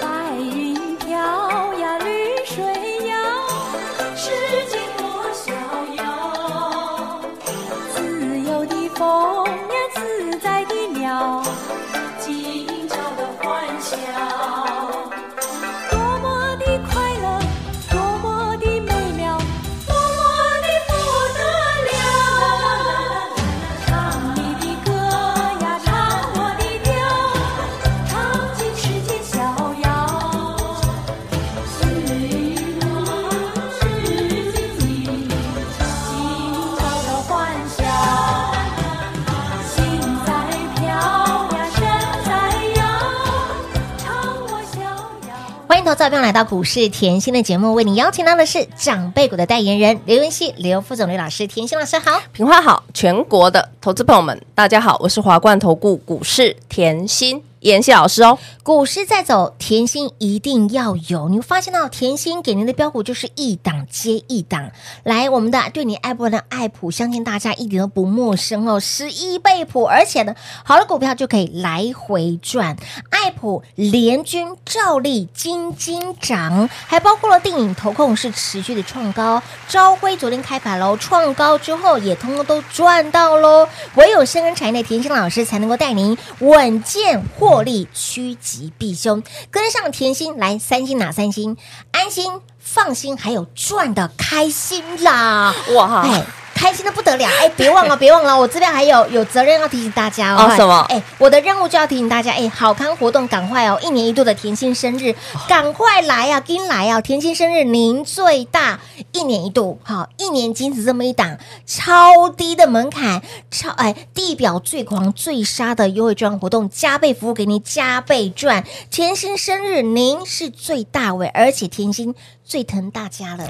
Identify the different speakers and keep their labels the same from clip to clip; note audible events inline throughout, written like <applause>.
Speaker 1: 白云飘呀，绿水摇，世界多逍遥。自由的风呀，自在的鸟，尽朝的欢笑。多么的快乐，多么的美妙，多么的不得了。唱你的歌呀，唱我的调，唱尽世界逍遥。是我是你，今朝的欢笑，心在飘呀，身在摇，唱我逍遥。
Speaker 2: 欢迎投资者朋友来到股市甜心的节目，为你邀请到的是长辈股的代言人刘云熙、刘副总、刘老师。甜心老师好，
Speaker 3: 平花好，全国的投资朋友们，大家好，我是华冠投顾股市甜心妍希老师哦。
Speaker 2: 股市在走，甜心一定要有。你会发现到甜心给您的标股就是一档接一档。来，我们的对你爱不完的爱普，相信大家一点都不陌生哦，十一倍普，而且呢，好的股票就可以来回赚。爱普联军照例金金涨，还包括了电影投控是持续的创高，朝晖昨天开盘喽，创高之后也通通都赚到喽。唯有深耕产业的甜心老师才能够带您稳健获利，趋吉避凶，跟上甜心来三星哪三星？安心、放心，还有赚的开心啦！
Speaker 3: 哇
Speaker 2: 哎，开心的不得了！哎，别
Speaker 3: <laughs>
Speaker 2: 忘了，别忘了，我这边还有有责任要提醒大家哦。
Speaker 3: 哦什么
Speaker 2: 哎，我的任务就要提醒大家，哎，好康活动赶快哦！一年一度的甜心生日，
Speaker 3: 哦
Speaker 2: 赶快来呀、啊，跟来呀、啊！甜心生日您最大，一年一度，好，一年仅此这么一档，超低的门槛，超哎地表最狂最杀的优惠券活动，加倍服务给您加倍赚。甜心生日您是最大位，而且甜心最疼大家了。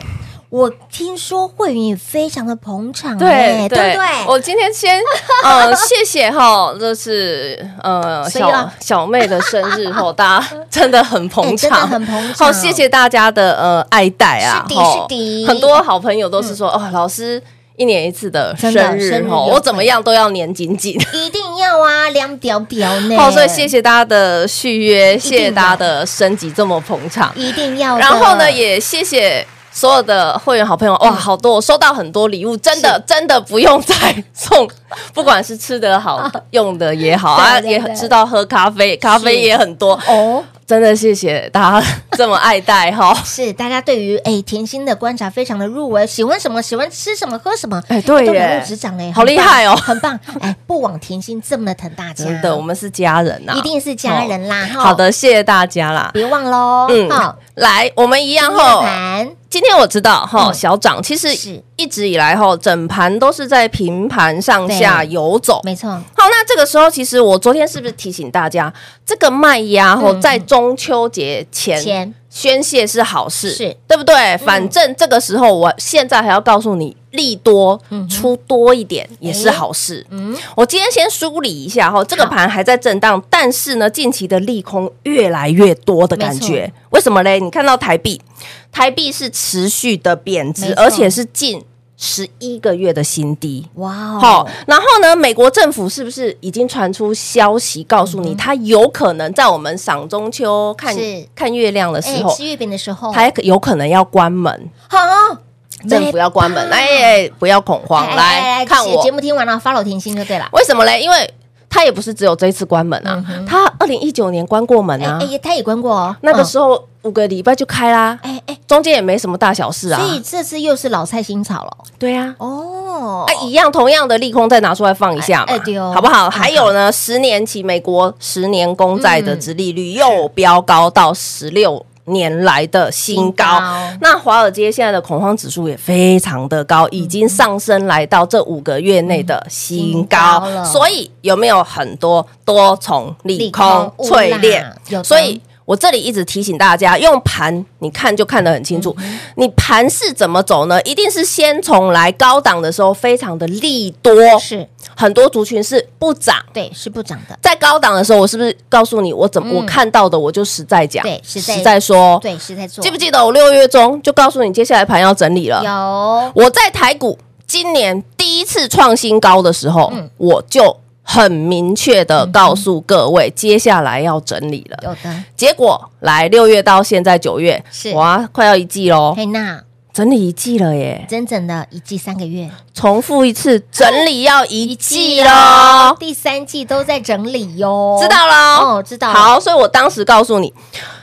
Speaker 2: 我听说会员也非常的捧场、哎对不对？
Speaker 3: 我今天先 <laughs> 呃，谢谢哈，就是呃
Speaker 2: 所以啦
Speaker 3: 小小妹的生日后，大家真的很 <laughs> 捧
Speaker 2: 哎真的
Speaker 3: 场，
Speaker 2: 很捧场
Speaker 3: 好，谢谢大家的呃爱戴啊，
Speaker 2: 是的
Speaker 3: 吼
Speaker 2: 是的
Speaker 3: 很多好朋友都是说哦，老师一年一次的
Speaker 2: 真的
Speaker 3: 生
Speaker 2: 生
Speaker 3: 日
Speaker 2: 日
Speaker 3: 吼，
Speaker 2: 优
Speaker 3: 我
Speaker 2: 惠
Speaker 3: 怎么样都要黏紧紧。
Speaker 2: 一定要啊，凉屌屌呢。
Speaker 3: <laughs> 好，所以谢，谢大家的续约，
Speaker 2: 定的
Speaker 3: 谢谢大家的升级，这么捧场。
Speaker 2: 一定要的。
Speaker 3: 然后呢，也谢谢所有的会员好朋友，
Speaker 2: 嗯
Speaker 3: 哇，好多，我收到很多礼物，真的真的不用再送， <laughs> 不管是吃的好，用的也好啊，
Speaker 2: 对对
Speaker 3: 也
Speaker 2: 对
Speaker 3: 知道喝咖啡，咖啡也很多哦。真的谢谢大家这么爱戴
Speaker 2: <laughs>
Speaker 3: 哈。
Speaker 2: 是大家对于哎甜心的观察非常的入微，喜欢什么喜欢吃什么喝什么，
Speaker 3: 哎对
Speaker 2: 都
Speaker 3: 耶
Speaker 2: 了如指掌嘞，欸
Speaker 3: 好厉害哦
Speaker 2: 很棒！很棒哎，不枉甜心这么的疼大家，
Speaker 3: 真的，我们是家人呐、
Speaker 2: 啊一定是家人啦。哈
Speaker 3: 好，的，谢谢大家啦。
Speaker 2: 别忘喽。
Speaker 3: 嗯
Speaker 2: 好，，
Speaker 3: 来，我们一样
Speaker 2: 后
Speaker 3: 吼。
Speaker 2: 盘
Speaker 3: 今天我知道哈，
Speaker 2: 嗯
Speaker 3: 小涨其
Speaker 2: 是
Speaker 3: 实一直以来哈，整盘都是在平盘上下
Speaker 2: 对
Speaker 3: 游走。
Speaker 2: 没错，
Speaker 3: 好，那这个时候其实我昨天是不是提醒大家，这个卖压吼
Speaker 2: 嗯
Speaker 3: 在中秋节前
Speaker 2: 前
Speaker 3: 宣泄是好事，
Speaker 2: 是
Speaker 3: 对不对？反正这个时候，我现在还要告诉你，利多出多一点也是好事。
Speaker 2: 嗯
Speaker 3: 我今天先梳理一下哈，这个
Speaker 2: 好
Speaker 3: 盘还在震荡，但是呢，近期的利空越来越多的感觉，为什么嘞？你看到台币，台币是持续的贬
Speaker 2: 没
Speaker 3: 值，
Speaker 2: 错
Speaker 3: 而且是近十一个月的新低。
Speaker 2: 哇哦，
Speaker 3: 好、然后呢？美国政府是不是已经传出消息告诉你，它有可能在我们赏中秋看
Speaker 2: 嗯是
Speaker 3: 看月亮的时
Speaker 2: 哎
Speaker 3: 候，
Speaker 2: 吃月饼的时候，
Speaker 3: 它有可能要关门？
Speaker 2: 好，
Speaker 3: 政府要关门，哎哎，不要恐慌，
Speaker 2: 啊哎哎哎
Speaker 3: 来看我
Speaker 2: 节目听完了，follow 甜心就对了。
Speaker 3: 为什么嘞？因为它也不是只有这一次关门啊，它二零一九年关过门
Speaker 2: 嗯哎
Speaker 3: 啊，
Speaker 2: 哎，他也关过哦，
Speaker 3: 那个
Speaker 2: 嗯
Speaker 3: 时候五个礼拜就开啦，
Speaker 2: 哎哎，
Speaker 3: 中间也没什么大小事啊
Speaker 2: 所，以这次又是老菜新炒了
Speaker 3: 对啊。
Speaker 2: 哦
Speaker 3: 啊，一样同样的利空再拿出来放一下嘛，
Speaker 2: 哎哎对哦
Speaker 3: 好不嗯好？还有呢，十年期美国十年公债的殖利率又飙高到十六。年来的新嗯高，
Speaker 2: 新高
Speaker 3: 那华尔街现在的恐慌指数也非常的高，已经上升来到这五个月内的新嗯高，
Speaker 2: 新高了
Speaker 3: 所以有没有很多多重利
Speaker 2: 利
Speaker 3: 空
Speaker 2: 空
Speaker 3: 淬
Speaker 2: 乌啦
Speaker 3: 炼
Speaker 2: 有？的
Speaker 3: 所以我这里一直提醒大家，用盘你看就看得很清楚。
Speaker 2: 嗯
Speaker 3: 你盘是怎么走呢？一定是先从来高档的时候非常的利多，
Speaker 2: 是
Speaker 3: 很多族群是不涨。
Speaker 2: 对，是不涨的，
Speaker 3: 在高档的时候，我是不是告诉你我怎么、
Speaker 2: 嗯
Speaker 3: 我看到的，我就实在讲，
Speaker 2: 对实在
Speaker 3: 说，
Speaker 2: 对，是在做，
Speaker 3: 哦记不记得我六月中就告诉你接下来盘要整理了？
Speaker 2: 有
Speaker 3: 我在台股今年第一次创新高的时候，
Speaker 2: 嗯
Speaker 3: 我就很明确的告诉各位，接下来要整理了。
Speaker 2: 有的，
Speaker 3: 结果来六月到现在九月，
Speaker 2: 是
Speaker 3: 哇，快要一季喽，
Speaker 2: 嘿娜，
Speaker 3: 整理一季了耶！
Speaker 2: 整整的一季三个月，
Speaker 3: 重复一次，整理要一季
Speaker 2: 啊
Speaker 3: 喽，
Speaker 2: 第三季都在整理哟，
Speaker 3: 知道喽？
Speaker 2: 哦，知道，
Speaker 3: 好，，所以我当时告诉你，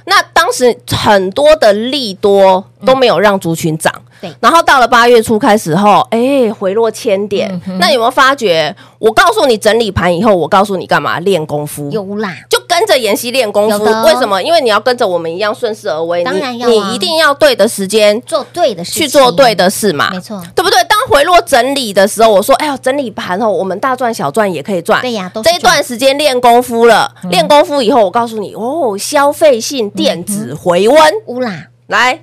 Speaker 3: 那当时很多的利多都没有让族群涨。
Speaker 2: 对
Speaker 3: 然后到了八月初开始后，哎，回落千点。
Speaker 2: 嗯哼
Speaker 3: 那有没有发觉？我告诉你整理盘以后，我告诉你干嘛？练功夫。
Speaker 2: 有啦，
Speaker 3: 就跟着妍希练功夫，
Speaker 2: 有的
Speaker 3: 为什么？因为你要跟着我们一样顺势而为，
Speaker 2: 当
Speaker 3: 你
Speaker 2: 然要啊
Speaker 3: 你一定要对的时间
Speaker 2: 做对的事情，
Speaker 3: 去做对的，事嘛，
Speaker 2: 没错，
Speaker 3: 对不对？当回落整理的时候，我说，哎呦，整理盘哦，我们大赚小赚也可以赚。
Speaker 2: 对呀都是嗯
Speaker 3: 这一段时间练功夫了，练功夫以后，我告诉你，哦，消费性电
Speaker 2: 嗯
Speaker 3: 子回温，
Speaker 2: 乌啦，
Speaker 3: 来，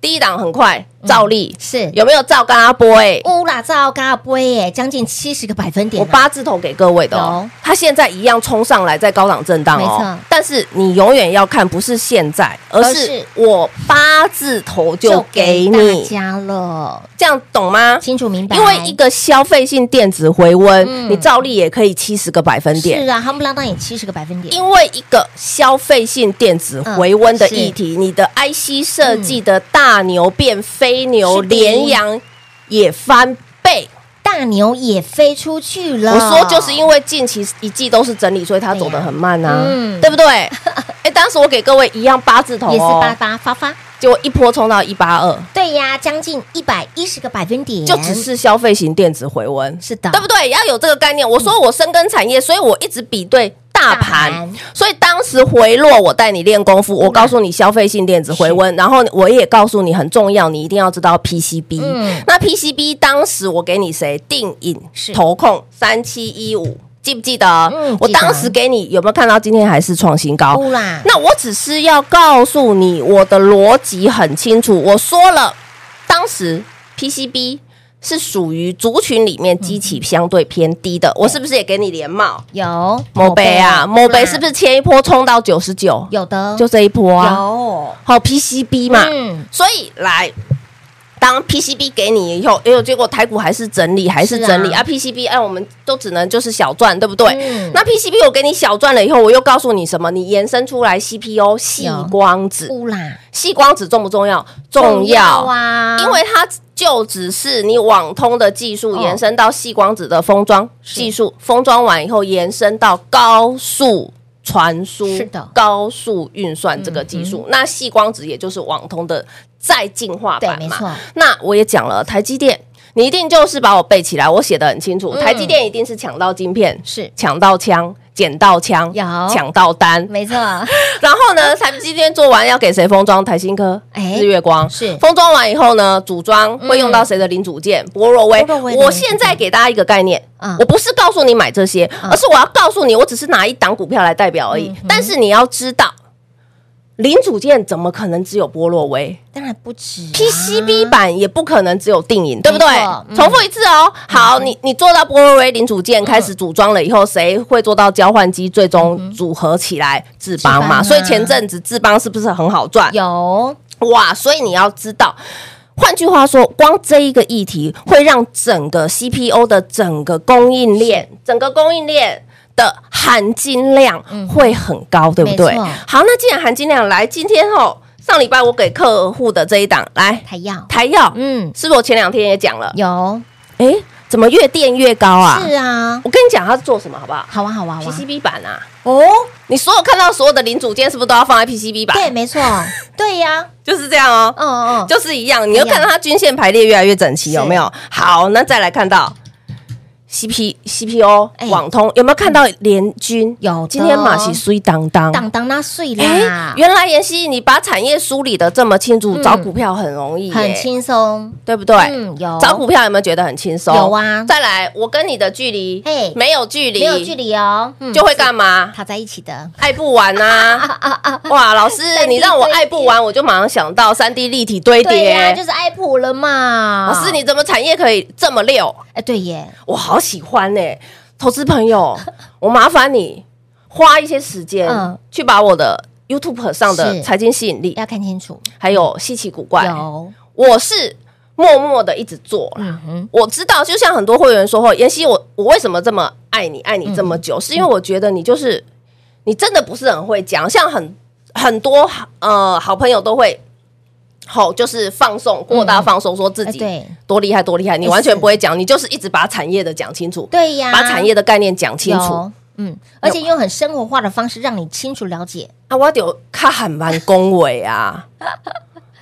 Speaker 3: 第一档很快，照例、
Speaker 2: 嗯是
Speaker 3: 有没有照跟阿波、哎，
Speaker 2: 乌啦，造嘎杯耶，将近七十个百分点
Speaker 3: 我
Speaker 2: 啊，
Speaker 3: 八字头给各位的、哦
Speaker 2: 有，
Speaker 3: 它现在一样冲上来，在高档震荡
Speaker 2: 没
Speaker 3: 哦
Speaker 2: 错。
Speaker 3: 但是你永远要看，不是现在，而
Speaker 2: 而
Speaker 3: 是
Speaker 2: 是
Speaker 3: 我八字头就给
Speaker 2: 大
Speaker 3: 你，
Speaker 2: 家了，
Speaker 3: 这样懂吗？
Speaker 2: 清楚明白，
Speaker 3: 因为一个消费性电子回温，
Speaker 2: 嗯
Speaker 3: 你照例也可以七十个百分点。
Speaker 2: 是啊，夯不啷当也七十个百分点，
Speaker 3: 因为一个消费性电子回温
Speaker 2: 嗯
Speaker 3: 的议题，你的 IC 设计的大牛变飞牛，
Speaker 2: 是的
Speaker 3: 连阳也翻倍。
Speaker 2: 大牛也飞出去了。
Speaker 3: 我说就是因为近期一季都是整理，所以它走得很慢啊，
Speaker 2: 嗯
Speaker 3: 对
Speaker 2: <laughs>
Speaker 3: 不对？哎，当时我给各位一样八字头
Speaker 2: 也是八
Speaker 3: 哦，
Speaker 2: 八发发，
Speaker 3: 结果一波冲到一八二，
Speaker 2: 对呀，将近一百一十个百分点，
Speaker 3: 就只是消费型电子回温，
Speaker 2: 是的，
Speaker 3: 对不对？要有这个概念。我说我深耕产业，所以我一直比对
Speaker 2: 大
Speaker 3: 大盘
Speaker 2: 盘，嗯
Speaker 3: 所以当时回落，我带你练功夫，我告诉你消费性电子回温，然后我也告诉你很重要，你一定要知道 PCB
Speaker 2: 嗯。
Speaker 3: 那 PCB 当时我给你谁？定影
Speaker 2: 是
Speaker 3: 投控三七一五。记不记得？
Speaker 2: 嗯
Speaker 3: 我
Speaker 2: 记得
Speaker 3: 当时给你有没有看到？今天还是创新高。
Speaker 2: 乌啦，
Speaker 3: 那我只是要告诉你，我的逻辑很清楚。我说了，当时 PCB 是属于族群里面基期相对偏低的，我是不是也给你连帽？
Speaker 2: 有
Speaker 3: 某杯啊，某杯
Speaker 2: 贝
Speaker 3: 是不是前一波冲到九十九？
Speaker 2: 有的
Speaker 3: 就这一波啊，
Speaker 2: 有
Speaker 3: 好 PCB 嘛，
Speaker 2: 嗯，
Speaker 3: 所以来。当 PCB 给你以后，哎呦，结果台股还是整理，还是
Speaker 2: 是啊
Speaker 3: 整理啊 PCB，哎，我们都只能就是小赚，对不对？
Speaker 2: 嗯
Speaker 3: 那 PCB 我给你小赚了以后，我又告诉你什么？你延伸出来 CPU 细光子，
Speaker 2: 乌啦
Speaker 3: 细光子重不重要？重要，
Speaker 2: 嗯啊，
Speaker 3: 因为它就只是你网通的技术
Speaker 2: 哦
Speaker 3: 延伸到细光子的封装技术，封装完以后延伸到高速。传输
Speaker 2: 是的嗯
Speaker 3: 高速运算这个技术，那细光子也就是网通的再进化
Speaker 2: 对，
Speaker 3: 版
Speaker 2: 没
Speaker 3: 嘛。
Speaker 2: 错，
Speaker 3: 那我也讲了，台积电，你一定就是把我背起来，我写的很清楚。台积电一定是抢到晶片，
Speaker 2: 嗯是
Speaker 3: 抢到枪，捡到枪，
Speaker 2: 有
Speaker 3: 抢到单。
Speaker 2: 没错，
Speaker 3: 然后呢，台积电做完要给谁封装？台新科、
Speaker 2: 哎
Speaker 3: 日月光
Speaker 2: 是嗯
Speaker 3: 封装完以后呢，组装会用到谁的零组件？波若威
Speaker 2: 波若威。的
Speaker 3: 我现在给大家一个概念
Speaker 2: 嗯。
Speaker 3: 我不是告诉你买这些，而是我要告诉你，我只是拿一档股票来代表而
Speaker 2: 嗯
Speaker 3: 已。但是你要知道，零组件怎么可能只有波若威？
Speaker 2: 当然不止啊
Speaker 3: PCB 版也不可能只有定影，对不对
Speaker 2: 没错？嗯
Speaker 3: 重复一次哦。好，你你做到波罗威零组件开始组装了以后，谁会做到交换机最
Speaker 2: 嗯
Speaker 3: 终组合起来？智邦
Speaker 2: 智邦啊
Speaker 3: 嘛。所以前阵子智邦是不是很好赚？
Speaker 2: 有
Speaker 3: 哇！所以你要知道。换句话说，光这一个议题会让整个 CPO 的整个供应链、整个供应链的含金量会很高，对不对
Speaker 2: 嗯没错？
Speaker 3: 好，那既然含金量来，今天哦，上礼拜我给客户的这一档来
Speaker 2: 台药，
Speaker 3: 台药，
Speaker 2: 嗯，
Speaker 3: 是不是我前两天也讲了？
Speaker 2: 有
Speaker 3: 哎，怎么越垫越高啊？
Speaker 2: 是啊，
Speaker 3: 我跟你讲，它是做什么好不好
Speaker 2: 好啊好啊好啊，
Speaker 3: ？PCB 板啊，
Speaker 2: 哦，
Speaker 3: 你所有看到所有的零组件是不是都要放在 PCB 板？
Speaker 2: 对，，没错，对呀，
Speaker 3: 就是这样哦，
Speaker 2: 嗯嗯，
Speaker 3: 就是一样。你又看到它均线排列越来越整齐，
Speaker 2: 是
Speaker 3: 有没有？好，那再来看到 C P C P O
Speaker 2: 哎
Speaker 3: 网通有没有看到联军？
Speaker 2: 有的
Speaker 3: 今天马西碎当当。
Speaker 2: 当当那碎
Speaker 3: 哎
Speaker 2: 啦，，
Speaker 3: 原来妍希，你把产业梳理的这么清楚，
Speaker 2: 嗯
Speaker 3: 找股票很容易耶，
Speaker 2: 很轻松，
Speaker 3: 对不对？
Speaker 2: 嗯有
Speaker 3: 找股票有没有觉得很轻松？
Speaker 2: 有啊
Speaker 3: 再来，我跟你的距离
Speaker 2: 嘿，
Speaker 3: 没有距离，
Speaker 2: 没有距，离哦，嗯
Speaker 3: 就会干嘛？
Speaker 2: 卡在一起的，
Speaker 3: 爱不完啊！
Speaker 2: <laughs>
Speaker 3: 哇，老师，
Speaker 2: 3D
Speaker 3: 你让我爱不完，我就马上想到三 D 立体堆
Speaker 2: 对呀，就
Speaker 3: 叠。
Speaker 2: 是啊爱普了嘛。
Speaker 3: 老哦师，你怎么产业可以这么溜？
Speaker 2: 哎，对耶，
Speaker 3: 我好喜欢呢、投资
Speaker 2: <laughs>
Speaker 3: 朋友，我麻烦你花一些时间、
Speaker 2: 嗯
Speaker 3: 去把我的 YouTube 上
Speaker 2: 是
Speaker 3: 的财经吸引力，
Speaker 2: 要看清楚，
Speaker 3: 还有稀奇古怪，
Speaker 2: 有，
Speaker 3: 我是默默的一直做啦。
Speaker 2: 嗯哼，
Speaker 3: 我知道，就像很多会员说哦后，妍希，我我为什么这么爱你，爱你这么
Speaker 2: 嗯
Speaker 3: 久，是因为我觉得你就是你真的不是很会讲，像很很多呃好朋友都会。好、就是放送过大放送，说自
Speaker 2: 哎
Speaker 3: 己
Speaker 2: 对
Speaker 3: 多厉害多厉害，你
Speaker 2: 哎
Speaker 3: 完全
Speaker 2: 是
Speaker 3: 不会讲，你就是一直把产业的讲清楚，
Speaker 2: 对呀，
Speaker 3: 把产业的概念讲清楚。
Speaker 2: 有，嗯，而且用很生活化的方式让你清楚了解，
Speaker 3: 啊，我有看很蛮恭维
Speaker 2: <laughs>
Speaker 3: 啊。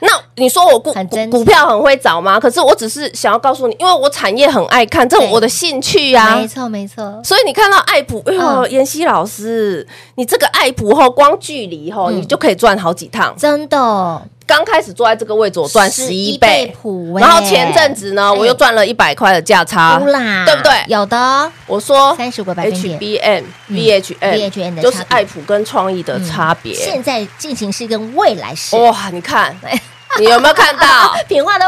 Speaker 3: 那你说我股
Speaker 2: 很真实
Speaker 3: 股票很会找吗？可是我只是想要告诉你，因为我产业很爱看，这
Speaker 2: 对
Speaker 3: 我的兴趣呀、
Speaker 2: 没错没错，
Speaker 3: 所以你看到爱普，哎呦，
Speaker 2: 嗯
Speaker 3: 妍希老师，你这个爱普后光距离后，
Speaker 2: 嗯
Speaker 3: 你就可以赚好几趟。
Speaker 2: 真的
Speaker 3: 刚开始坐在这个位置，我赚十一倍。
Speaker 2: 普欸，
Speaker 3: 然后前阵子呢，
Speaker 2: 哎
Speaker 3: 我又赚了一百块的价差
Speaker 2: 哭。啦，
Speaker 3: 对不对
Speaker 2: 有的哦
Speaker 3: 我说
Speaker 2: 三十个百分点。
Speaker 3: HBM、
Speaker 2: 嗯 VHN
Speaker 3: VHN
Speaker 2: 的
Speaker 3: 就是
Speaker 2: 差别嗯
Speaker 3: 爱普跟创意的差别。
Speaker 2: 现在进行式跟未来式，
Speaker 3: 哇，
Speaker 2: <laughs>
Speaker 3: 你看，你有没有看 <laughs> 到？
Speaker 2: 品话都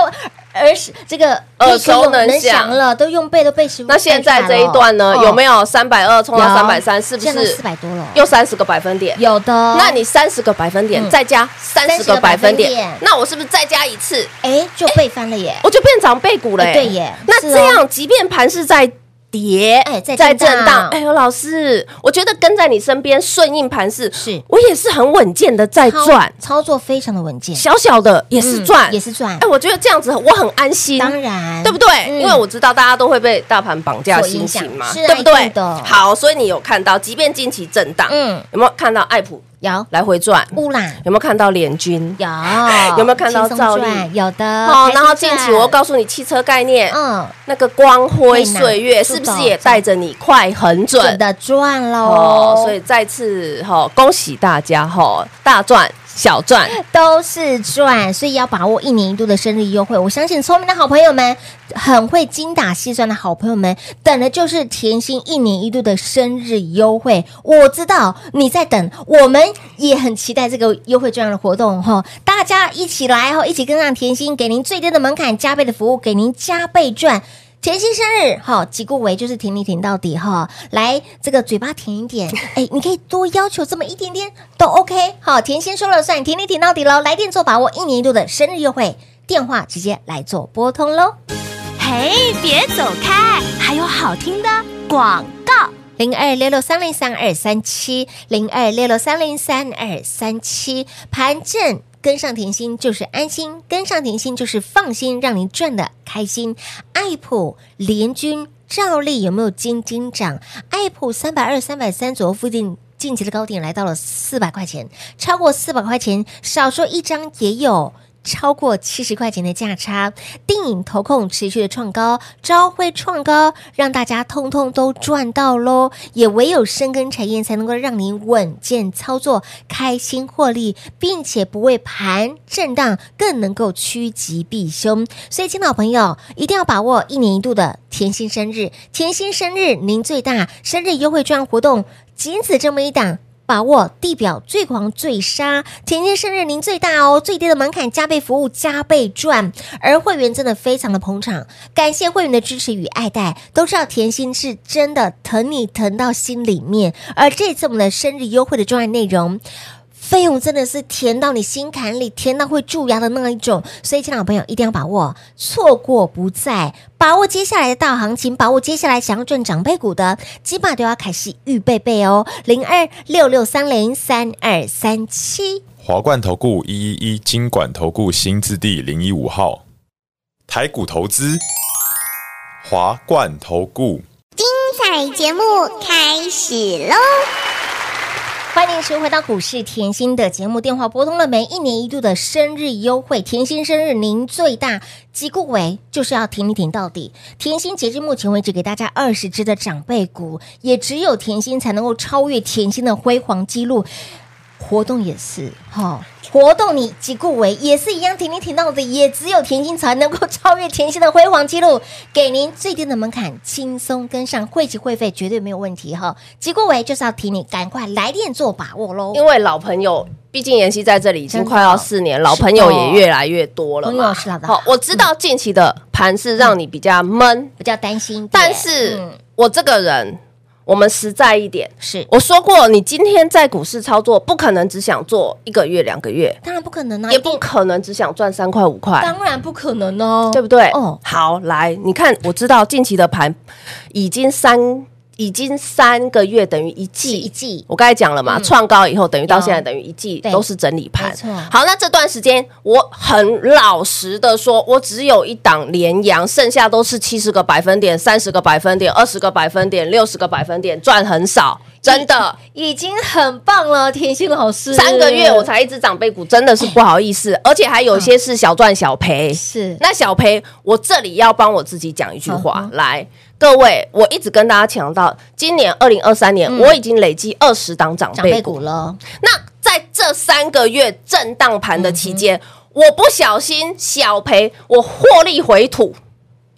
Speaker 2: 耳识这个
Speaker 3: 耳熟能详
Speaker 2: 了，都用背都背熟。
Speaker 3: 那现在这一段呢，有没
Speaker 2: 哦有
Speaker 3: 有三百二冲到三百三？是不是
Speaker 2: 哦四百多了？
Speaker 3: 又三十个百分点？
Speaker 2: 有的。
Speaker 3: 那你三十个百分点
Speaker 2: 嗯
Speaker 3: 再加三十
Speaker 2: 30个
Speaker 3: 个
Speaker 2: 百
Speaker 3: 百
Speaker 2: 分
Speaker 3: 分
Speaker 2: 点
Speaker 3: 点，那我是不是再加一次，
Speaker 2: 哎就背翻了耶，
Speaker 3: 我就变长辈股了
Speaker 2: 哎
Speaker 3: 耶？
Speaker 2: 对耶
Speaker 3: 那
Speaker 2: 是哦
Speaker 3: 这样，即便盘是在跌，
Speaker 2: 哎在震
Speaker 3: 震
Speaker 2: 荡
Speaker 3: 荡，哎呦，老师，我觉得跟在你身边顺应盘势，
Speaker 2: 是
Speaker 3: 我也是很稳健的在
Speaker 2: 操
Speaker 3: 哎赚，
Speaker 2: 操作非常的稳健，
Speaker 3: 小小的也是
Speaker 2: 嗯
Speaker 3: 赚，
Speaker 2: 也是赚
Speaker 3: 哎，，我觉得这样子我很安心，
Speaker 2: 当然
Speaker 3: 对不对？
Speaker 2: 嗯
Speaker 3: 因为我知道大家都会被大盘绑架
Speaker 2: 所影
Speaker 3: 心
Speaker 2: 响
Speaker 3: 情嘛，
Speaker 2: 是啊
Speaker 3: 对不
Speaker 2: 一
Speaker 3: 对
Speaker 2: 定的？
Speaker 3: 好，所以你有看到，即便近期震荡，
Speaker 2: 嗯
Speaker 3: 有没有看到爱普
Speaker 2: 有
Speaker 3: 来回转？
Speaker 2: 乌啦
Speaker 3: 有没有看到联军？
Speaker 2: 有
Speaker 3: <laughs> 有没有看到
Speaker 2: 轻松
Speaker 3: 兆利
Speaker 2: 赚有的
Speaker 3: 哦，
Speaker 2: 开心
Speaker 3: 然后近期
Speaker 2: 赚
Speaker 3: 我告诉你汽车概念，
Speaker 2: 嗯
Speaker 3: 那个光辉
Speaker 2: 对呢
Speaker 3: 岁月
Speaker 2: 是
Speaker 3: 是
Speaker 2: 的
Speaker 3: 不是也带着你快很
Speaker 2: 准
Speaker 3: 准？
Speaker 2: 的赚喽
Speaker 3: 哦，，所以再次哈、哦，恭喜大家哈、哦，大赚小赚，
Speaker 2: 都是赚，所以要把握一年一度的生日优惠。我相信聪明的好朋友们，很会精打细算的好朋友们，等的就是甜心一年一度的生日优惠。我知道你在等，我们也很期待这个优惠券的活动哈，大家一起来哦哈，一起跟上甜心，给您最低的门槛，加倍的服务，给您加倍赚。甜心生日，哈，几顾为就是甜你甜到底哈，来这个嘴巴甜一点，哎，你可以多要求这么一点点都 OK，好，甜心说了算，甜你甜到底喽，来电做把握一年一度的生日优惠，电话直接来做拨通喽。
Speaker 4: 嘿，别走开，还有好听的广告。
Speaker 2: 零二六六三零三二三七，零二六六三零三二三七，盘正。跟上甜心就是安心，跟上甜心就是放心，让您赚的开心。爱普联军照例有没有金金涨？爱普三百二、三百三左右附近，近期的高点来到了四百块钱，超过四百块钱，少说一张也有。超过七十块钱的价差，电影投控持续的创高，朝晖创高，让大家通通都赚到喽！也唯有深耕产业，才能够让您稳健操作，开心获利，并且不为盘震荡，更能够趋吉避凶。所以，亲老朋友一定要把握一年一度的甜心生日，甜心生日您最大，生日优惠券活动仅此这么一档。把握地表最狂最杀，甜心生日您最大哦，最低的门槛加倍服务加倍赚，而会员真的非常的捧场，感谢会员的支持与爱戴，都知道甜心是真的疼你疼到心里面，而这次我们的生日优惠的专案内容。费用真的是甜到你心坎里，甜到会蛀牙的那一种。所以，亲爱的朋友，一定要把握，错过不再，把握接下来的大行情，把握接下来想要赚长辈股的，起码都要凯西预备备哦。零二六六三零三二三七，
Speaker 5: 华冠投顾一一一金管投顾新字第零一五号，台股投资，华冠投顾。
Speaker 6: 彩节目开始喽！
Speaker 2: 欢迎收回到股市甜心的节目，电话拨通了没？一年一度的生日优惠，甜心生日您最大，即顾为就是要挺你挺到底。甜心截至目前为止给大家二十只的长辈股，也只有甜心才能够超越甜心的辉煌记录。活动也是哈、哦活动你即顾为也是一样，甜心挺到底，也只有甜心才能够超越甜心的辉煌记录，给您最低的门槛，轻松跟上，会籍会费绝对没有问题哈。即顾为就是要提你赶快来电做把握喽，
Speaker 3: 因为老朋友，毕竟妍希在这里已经
Speaker 2: 真的
Speaker 3: 快要四年，老朋友也越来越多了
Speaker 2: 朋友
Speaker 3: 嘛。
Speaker 2: 是老大
Speaker 3: 好，我知道近期的盘是让你比较闷，
Speaker 2: 比较担心一点，
Speaker 3: 但是
Speaker 2: 嗯
Speaker 3: 我这个人，我们实在一点。
Speaker 2: 是
Speaker 3: 我说过，你今天在股市操作，不可能只想做一个月、两个月，
Speaker 2: 当然不可能啊，一
Speaker 3: 也不
Speaker 2: 定
Speaker 3: 可能只想赚三块五块。
Speaker 2: 当然不可能哦，
Speaker 3: 对不对？
Speaker 2: 哦
Speaker 3: 哦，好，来，你看，我知道近期的盘已经三已经三个月等于一季，
Speaker 2: 一季
Speaker 3: 我刚才讲了嘛，创高以后等于到
Speaker 2: 有
Speaker 3: 现在等于一季
Speaker 2: 对
Speaker 3: 都是整理盘
Speaker 2: 没错。
Speaker 3: 好，那这段时间我很老实的说，我只有一档连阳，剩下都是七十个百分点、三十个百分点、二十个百分点、六十个百分点，赚很少，真的。
Speaker 2: 已经很棒了，甜心老师，
Speaker 3: 三个月我才一只长辈股，真的是不好意思，而且还有一些是小赚小赔。
Speaker 2: 是
Speaker 3: 那小裴，我这里要帮我自己讲一句话
Speaker 2: 嗯，
Speaker 3: 来，各位，我一直跟大家强调，今年二零二三年，我已经累积二十档嗯长
Speaker 2: 长
Speaker 3: 辈
Speaker 2: 辈
Speaker 3: 股。
Speaker 2: 股了，
Speaker 3: 那在这三个月震荡盘的期间，我不小心小赔，我获利回吐。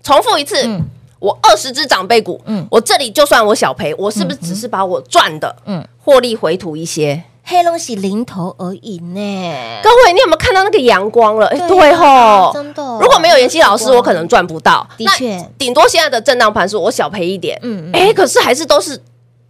Speaker 3: 重复一次，
Speaker 2: 嗯
Speaker 3: 我二十只长辈股，
Speaker 2: 嗯
Speaker 3: 我这里就算我小赔，我是不是只是把我赚的，
Speaker 2: 嗯
Speaker 3: 嗯，获利回吐一些？
Speaker 2: 黑龙是零头而已呢，
Speaker 3: 各位，你有没有看到那个阳光了？哎、
Speaker 2: 对啊
Speaker 3: 对吼，
Speaker 2: 真的
Speaker 3: 如果没有妍希老师，
Speaker 2: 阳光
Speaker 3: 我可能赚不到。
Speaker 2: 的
Speaker 3: 那
Speaker 2: 确
Speaker 3: 顶多现在的震荡盘是我小赔一点。
Speaker 2: 嗯
Speaker 3: 嗯
Speaker 2: 嗯
Speaker 3: 哎、可是还是都是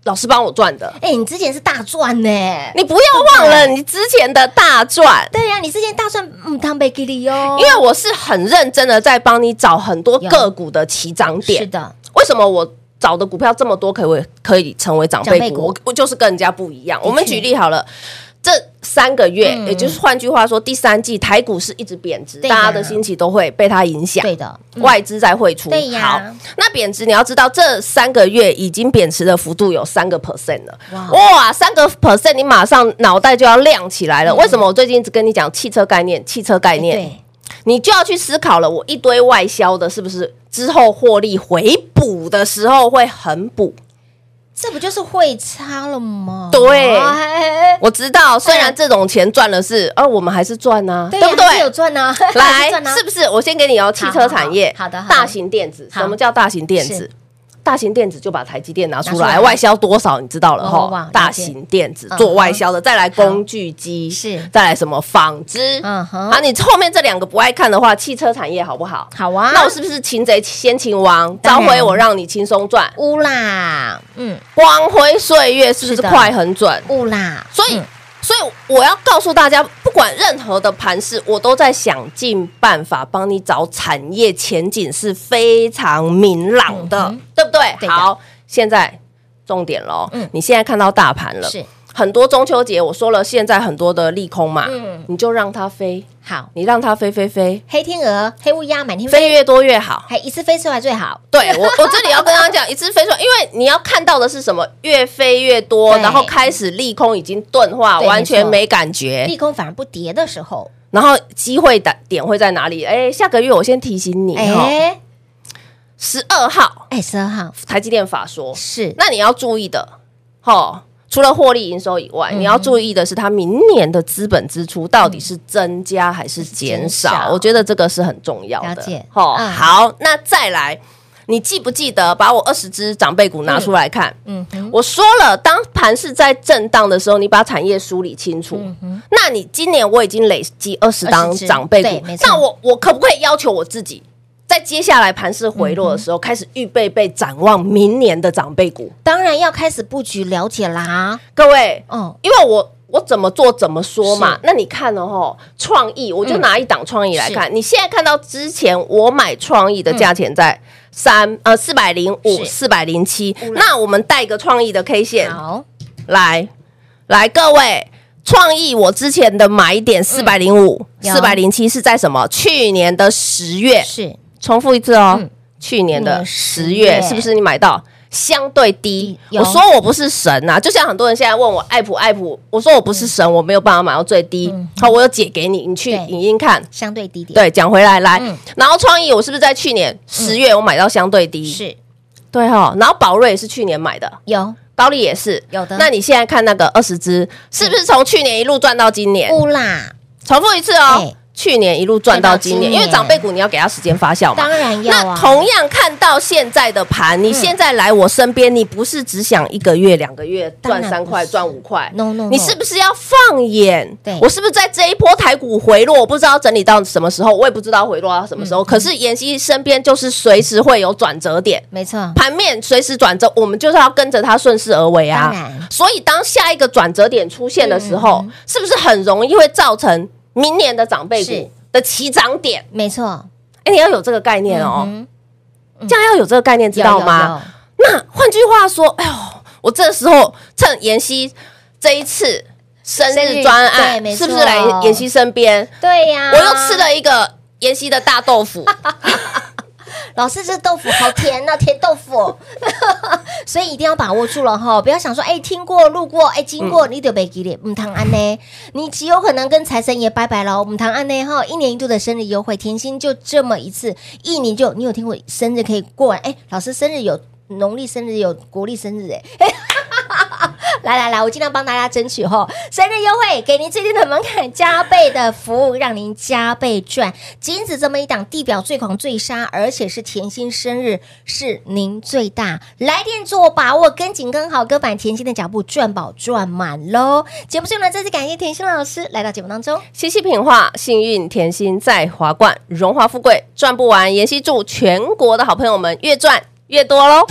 Speaker 3: 老师帮我赚的。
Speaker 2: 哎，你之前是大赚呢，
Speaker 3: 你不要忘了
Speaker 2: 真的
Speaker 3: 你之前的大赚，
Speaker 2: 啊对呀，你之前大赚嗯，汤贝吉利哟，
Speaker 3: 因为我是很认真的在帮你找很多个股的起涨
Speaker 2: 是
Speaker 3: 点。
Speaker 2: 的，
Speaker 3: 为什么我？找的股票这么多，可以可以成为长
Speaker 2: 长
Speaker 3: 辈
Speaker 2: 辈
Speaker 3: 股，
Speaker 2: 股
Speaker 3: 我我就是跟人家不一样。
Speaker 2: 确
Speaker 3: 我们举例好了，这三个月，
Speaker 2: 嗯
Speaker 3: 也就是换句话说，第三季台股是一直贬值，
Speaker 2: 对
Speaker 3: 大
Speaker 2: 的
Speaker 3: 家的心情都会被它影响。
Speaker 2: 对的，嗯
Speaker 3: 外资在汇出。
Speaker 2: 对呀
Speaker 3: 好，那贬值你要知道，这三个月已经贬值的幅度有三个 percent 了。
Speaker 2: 哇
Speaker 3: 哇，三个 percent，你马上脑袋就要亮起来了。为什么我最近一直跟你讲汽车概念？汽车概
Speaker 2: 哎嗯
Speaker 3: 念，
Speaker 2: 对，
Speaker 3: 你就要去思考了。我一堆外销的，是不是之后获利回补的时候会很补？
Speaker 2: 这不就是汇差了吗？
Speaker 3: 对
Speaker 2: 哎
Speaker 3: 我知道，虽
Speaker 2: 哎
Speaker 3: 然这种钱赚了是，呃，我们还是赚啊，
Speaker 2: 对
Speaker 3: 对
Speaker 2: 呀
Speaker 3: 不
Speaker 2: 还是有
Speaker 3: 对？
Speaker 2: 赚啊，还 <laughs>
Speaker 3: 来
Speaker 2: 赚，啊
Speaker 3: 是不是？我先给你哦，汽车产业，
Speaker 2: 好好好好的好的
Speaker 3: 大型电子，
Speaker 2: 好
Speaker 3: 什么叫大型电
Speaker 2: 是
Speaker 3: 子？大型电子就把台积电拿出
Speaker 2: 拿出来哦
Speaker 3: 来，外销多少你知道了
Speaker 2: 哇哇
Speaker 3: 哈
Speaker 2: 了？解
Speaker 3: 大型电子
Speaker 2: 嗯
Speaker 3: 做外销的，再来工具机，
Speaker 2: 是
Speaker 3: 再来什么纺织，啊
Speaker 2: 嗯哼
Speaker 3: 好，你后面这两个不爱看的话，汽车产业好不好？
Speaker 2: 好啊，
Speaker 3: 那我是不是擒贼先擒王？
Speaker 2: 当
Speaker 3: 召
Speaker 2: 然
Speaker 3: 回我让你轻松赚，
Speaker 2: 乌啦，嗯，
Speaker 3: 光辉岁月是不
Speaker 2: 是
Speaker 3: 是
Speaker 2: 的
Speaker 3: 快很准？
Speaker 2: 乌啦，
Speaker 3: 所以
Speaker 2: 嗯，
Speaker 3: 所以我要告诉大家，不管任何的盘势，我都在想尽办法帮你找产业前景是非常明朗的，
Speaker 2: 嗯哼
Speaker 3: 对不对？
Speaker 2: 对的
Speaker 3: 好，现在重点喽，
Speaker 2: 嗯
Speaker 3: 你现在看到大盘了，
Speaker 2: 是
Speaker 3: 很多中秋节我说了，现在很多的利空嘛，
Speaker 2: 嗯
Speaker 3: 你就让它飞，
Speaker 2: 好，
Speaker 3: 你让它飞飞飞，
Speaker 2: 黑天鹅、黑乌鸦满天飞，哎
Speaker 3: 飞越多越好。
Speaker 2: 还一次飞出来最好，
Speaker 3: 对
Speaker 2: <laughs>
Speaker 3: 我，我这里要跟大家讲，一次飞出来，因为你要看到的是什么，越飞越多，
Speaker 2: 对
Speaker 3: 然后开始利空已经钝化，
Speaker 2: 对
Speaker 3: 完
Speaker 2: 没
Speaker 3: 全
Speaker 2: 错
Speaker 3: 没感觉，
Speaker 2: 利空反而不跌的时候，
Speaker 3: 然后机会的点会在哪里？哎，下个月我先提醒你哈，
Speaker 2: 哎
Speaker 3: 十二号
Speaker 2: 哎，十二号
Speaker 3: 台积电法说，
Speaker 2: 是
Speaker 3: 那你要注意的，哈，除了获利营收以
Speaker 2: 嗯
Speaker 3: 外，你要注意的是它明年的资本支出到底是增加还是减
Speaker 2: 减
Speaker 3: 少
Speaker 2: 少？
Speaker 3: 我觉得这个是很重要
Speaker 2: 了
Speaker 3: 的
Speaker 2: 解。
Speaker 3: 哈
Speaker 2: 嗯，
Speaker 3: 好，那再来，你记不记得把我二十只长辈股拿出来看？
Speaker 2: 嗯哼，
Speaker 3: 我说了，当盘是在震荡的时候，你把产业梳理清楚。
Speaker 2: 嗯
Speaker 3: 那你今年我已经累积二十档
Speaker 2: 20只
Speaker 3: 长辈
Speaker 2: 对
Speaker 3: 股
Speaker 2: 没，错
Speaker 3: 那我我可不可以要求我自己，在接下来盘势回落的
Speaker 2: 嗯
Speaker 3: 时候，开始预备被展望明年的长辈股？
Speaker 2: 当然要开始布局了解啦，
Speaker 3: 各位，
Speaker 2: 哦，
Speaker 3: 因为我我怎么做怎么说嘛
Speaker 2: 是。嗯
Speaker 3: 那你看了吼，创意，我就拿一档创意来看。你现在看到之前我买创意的价钱在三呃四百零五、四百零七，那我们带一个创意的 K 线。
Speaker 2: 好，
Speaker 3: 来来，各位，创意我之前的买点四百零五、
Speaker 2: 有
Speaker 3: 四百零七是在什么？去年的十月，
Speaker 2: 是
Speaker 3: 重复一次哦，
Speaker 2: 嗯
Speaker 3: 去年的
Speaker 2: 嗯
Speaker 3: 十
Speaker 2: 10月
Speaker 3: 月是不是你买到？相对低。
Speaker 2: 有
Speaker 3: 我说我不是神啊呐、就像很多人现在问我爱普爱普，我说我不是神，我没有办法买到最低。好，我有解给你，你去
Speaker 2: 对
Speaker 3: 影音看。
Speaker 2: 相对低点，
Speaker 3: 对，讲回来来，
Speaker 2: 嗯
Speaker 3: 然后创意我是不是在去年十月我买到相对低？
Speaker 2: 是
Speaker 3: 对哈、然后宝瑞也是去年买的，
Speaker 2: 有
Speaker 3: 高丽也是
Speaker 2: 有的
Speaker 3: 那你现在看那个二十只，是不是从去年一路赚到今年？
Speaker 2: 乌啦，
Speaker 3: 重复一次
Speaker 2: 嗯哎
Speaker 3: 哦，去年一路赚到今
Speaker 2: 赚到今
Speaker 3: 年，
Speaker 2: 年
Speaker 3: 因为长辈股你要给它时间发酵嘛
Speaker 2: 当。然要
Speaker 3: 那
Speaker 2: 啊，嗯
Speaker 3: 同样看到现在的盘，你现在来我身边，你不是只想一个月、两个月
Speaker 2: 当
Speaker 3: 赚
Speaker 2: 然
Speaker 3: 三块、
Speaker 2: 不是
Speaker 3: 赚五块
Speaker 2: No, no, no
Speaker 3: 你是不是要放眼？
Speaker 2: 对
Speaker 3: 我是不是在这一波台股回落，我不知道整理到什么时候，我也不知道回落到什么时
Speaker 2: 嗯
Speaker 3: 候。可是妍希身边就是随时会有转折点，
Speaker 2: 没错，
Speaker 3: 盘面随时转折，我们就是要跟着它顺势而为
Speaker 2: 当然嗯
Speaker 3: 啊。所以当下一个转折点出现的时候，是不是很容易会造成明年的长辈
Speaker 2: 是
Speaker 3: 股的起涨点？
Speaker 2: 没错，
Speaker 3: 哎、你要有这个概念哦，
Speaker 2: 嗯
Speaker 3: 这样要有这个概念，知道吗？？那换句话说，哎呦，我这时候趁妍希这一次生
Speaker 2: 生日
Speaker 3: 日专
Speaker 2: 对
Speaker 3: 案，
Speaker 2: 没
Speaker 3: 是不
Speaker 2: 错啊
Speaker 3: 是来妍希身
Speaker 2: 有
Speaker 3: 边？
Speaker 2: 有有对呀，
Speaker 3: 我又吃了一个妍希的大豆腐，
Speaker 2: 老师，这豆腐好甜呐、啊甜豆腐， <laughs> 所以一定要把握住了哈，不要想说哎、听过路过哎、经过，你就别给脸，嗯，唐安呢，你极有可能跟财神爷拜拜了，我们唐安呢哈，一年一度的生日优惠，甜心就这么一次，一年就你有听过生日可以过完？哎、老师生日有农历生日有国历生日哎、 <laughs> 来来来，我尽量帮大家争取吼，生日优惠给您最低的门槛，加倍的服务，让您加倍赚。仅此这么一档地表最狂最杀，而且是甜心生日是您最大，来电做把握，跟紧跟好，跟板甜心的脚步，赚饱赚满喽！节目最后呢，再次感谢甜心老师来到节目当中。
Speaker 3: 七夕品画，幸运甜心在华冠，荣华富贵赚不完。妍希祝全国的好朋友们越赚越多喽！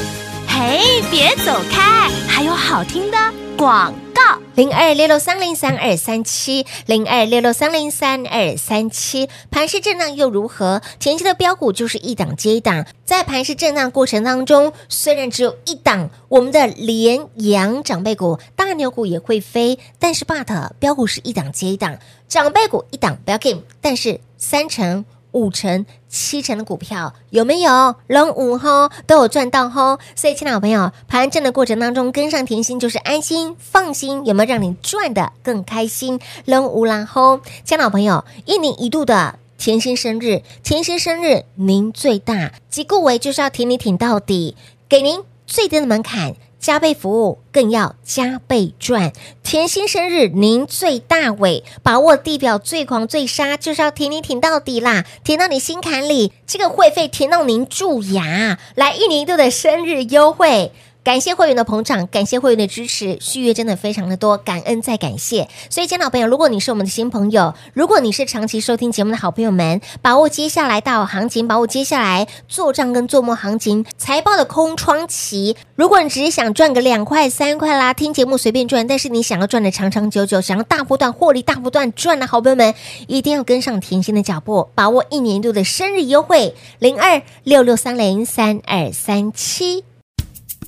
Speaker 4: 嘿，别走开，还有好听的广告。
Speaker 2: 零二六六三零三二三七，零二六六三零三二三七，盘市震荡又如何？前期的标股就是一档接一档，在盘市震荡过程当中，虽然只有一档，我们的联阳长辈股、大牛股也会飞，但是 but 标股是一档接一档，长辈股一档不要 game，但是三成。五成、七成的股票有没有龙五吼都有赚到吼，所以，亲爱的朋友，盘整的过程当中跟上甜心就是安心放心，有没有让你赚的更开心？龙五啦吼，亲爱的朋友，一年一度的。甜心生日，甜心生日，您最大，即故为就是要挺你挺到底，给您最低的门槛，加倍服务，更要加倍赚。甜心生日，您最大尾，把握地表最狂最杀，就是要甜你甜到底啦，甜到你心坎里，这个会费甜到您蛀牙。来一年一度的生日优惠。感谢会员的捧场，感谢会员的支持，续约真的非常的多，感恩再感谢。所以，亲爱的朋友，如果你是我们的新朋友，如果你是长期收听节目的好朋友们，把握接下来到行情，把握接下来做账跟做梦行情财报的空窗期。如果你只是想赚个两块三块啦，听节目随便赚，但是你想要赚的长长久久，想要大波段获利、大波段赚的好朋友们，一定要跟上甜心的脚步，把握一年一度的生日优惠零二六六三零三二三七。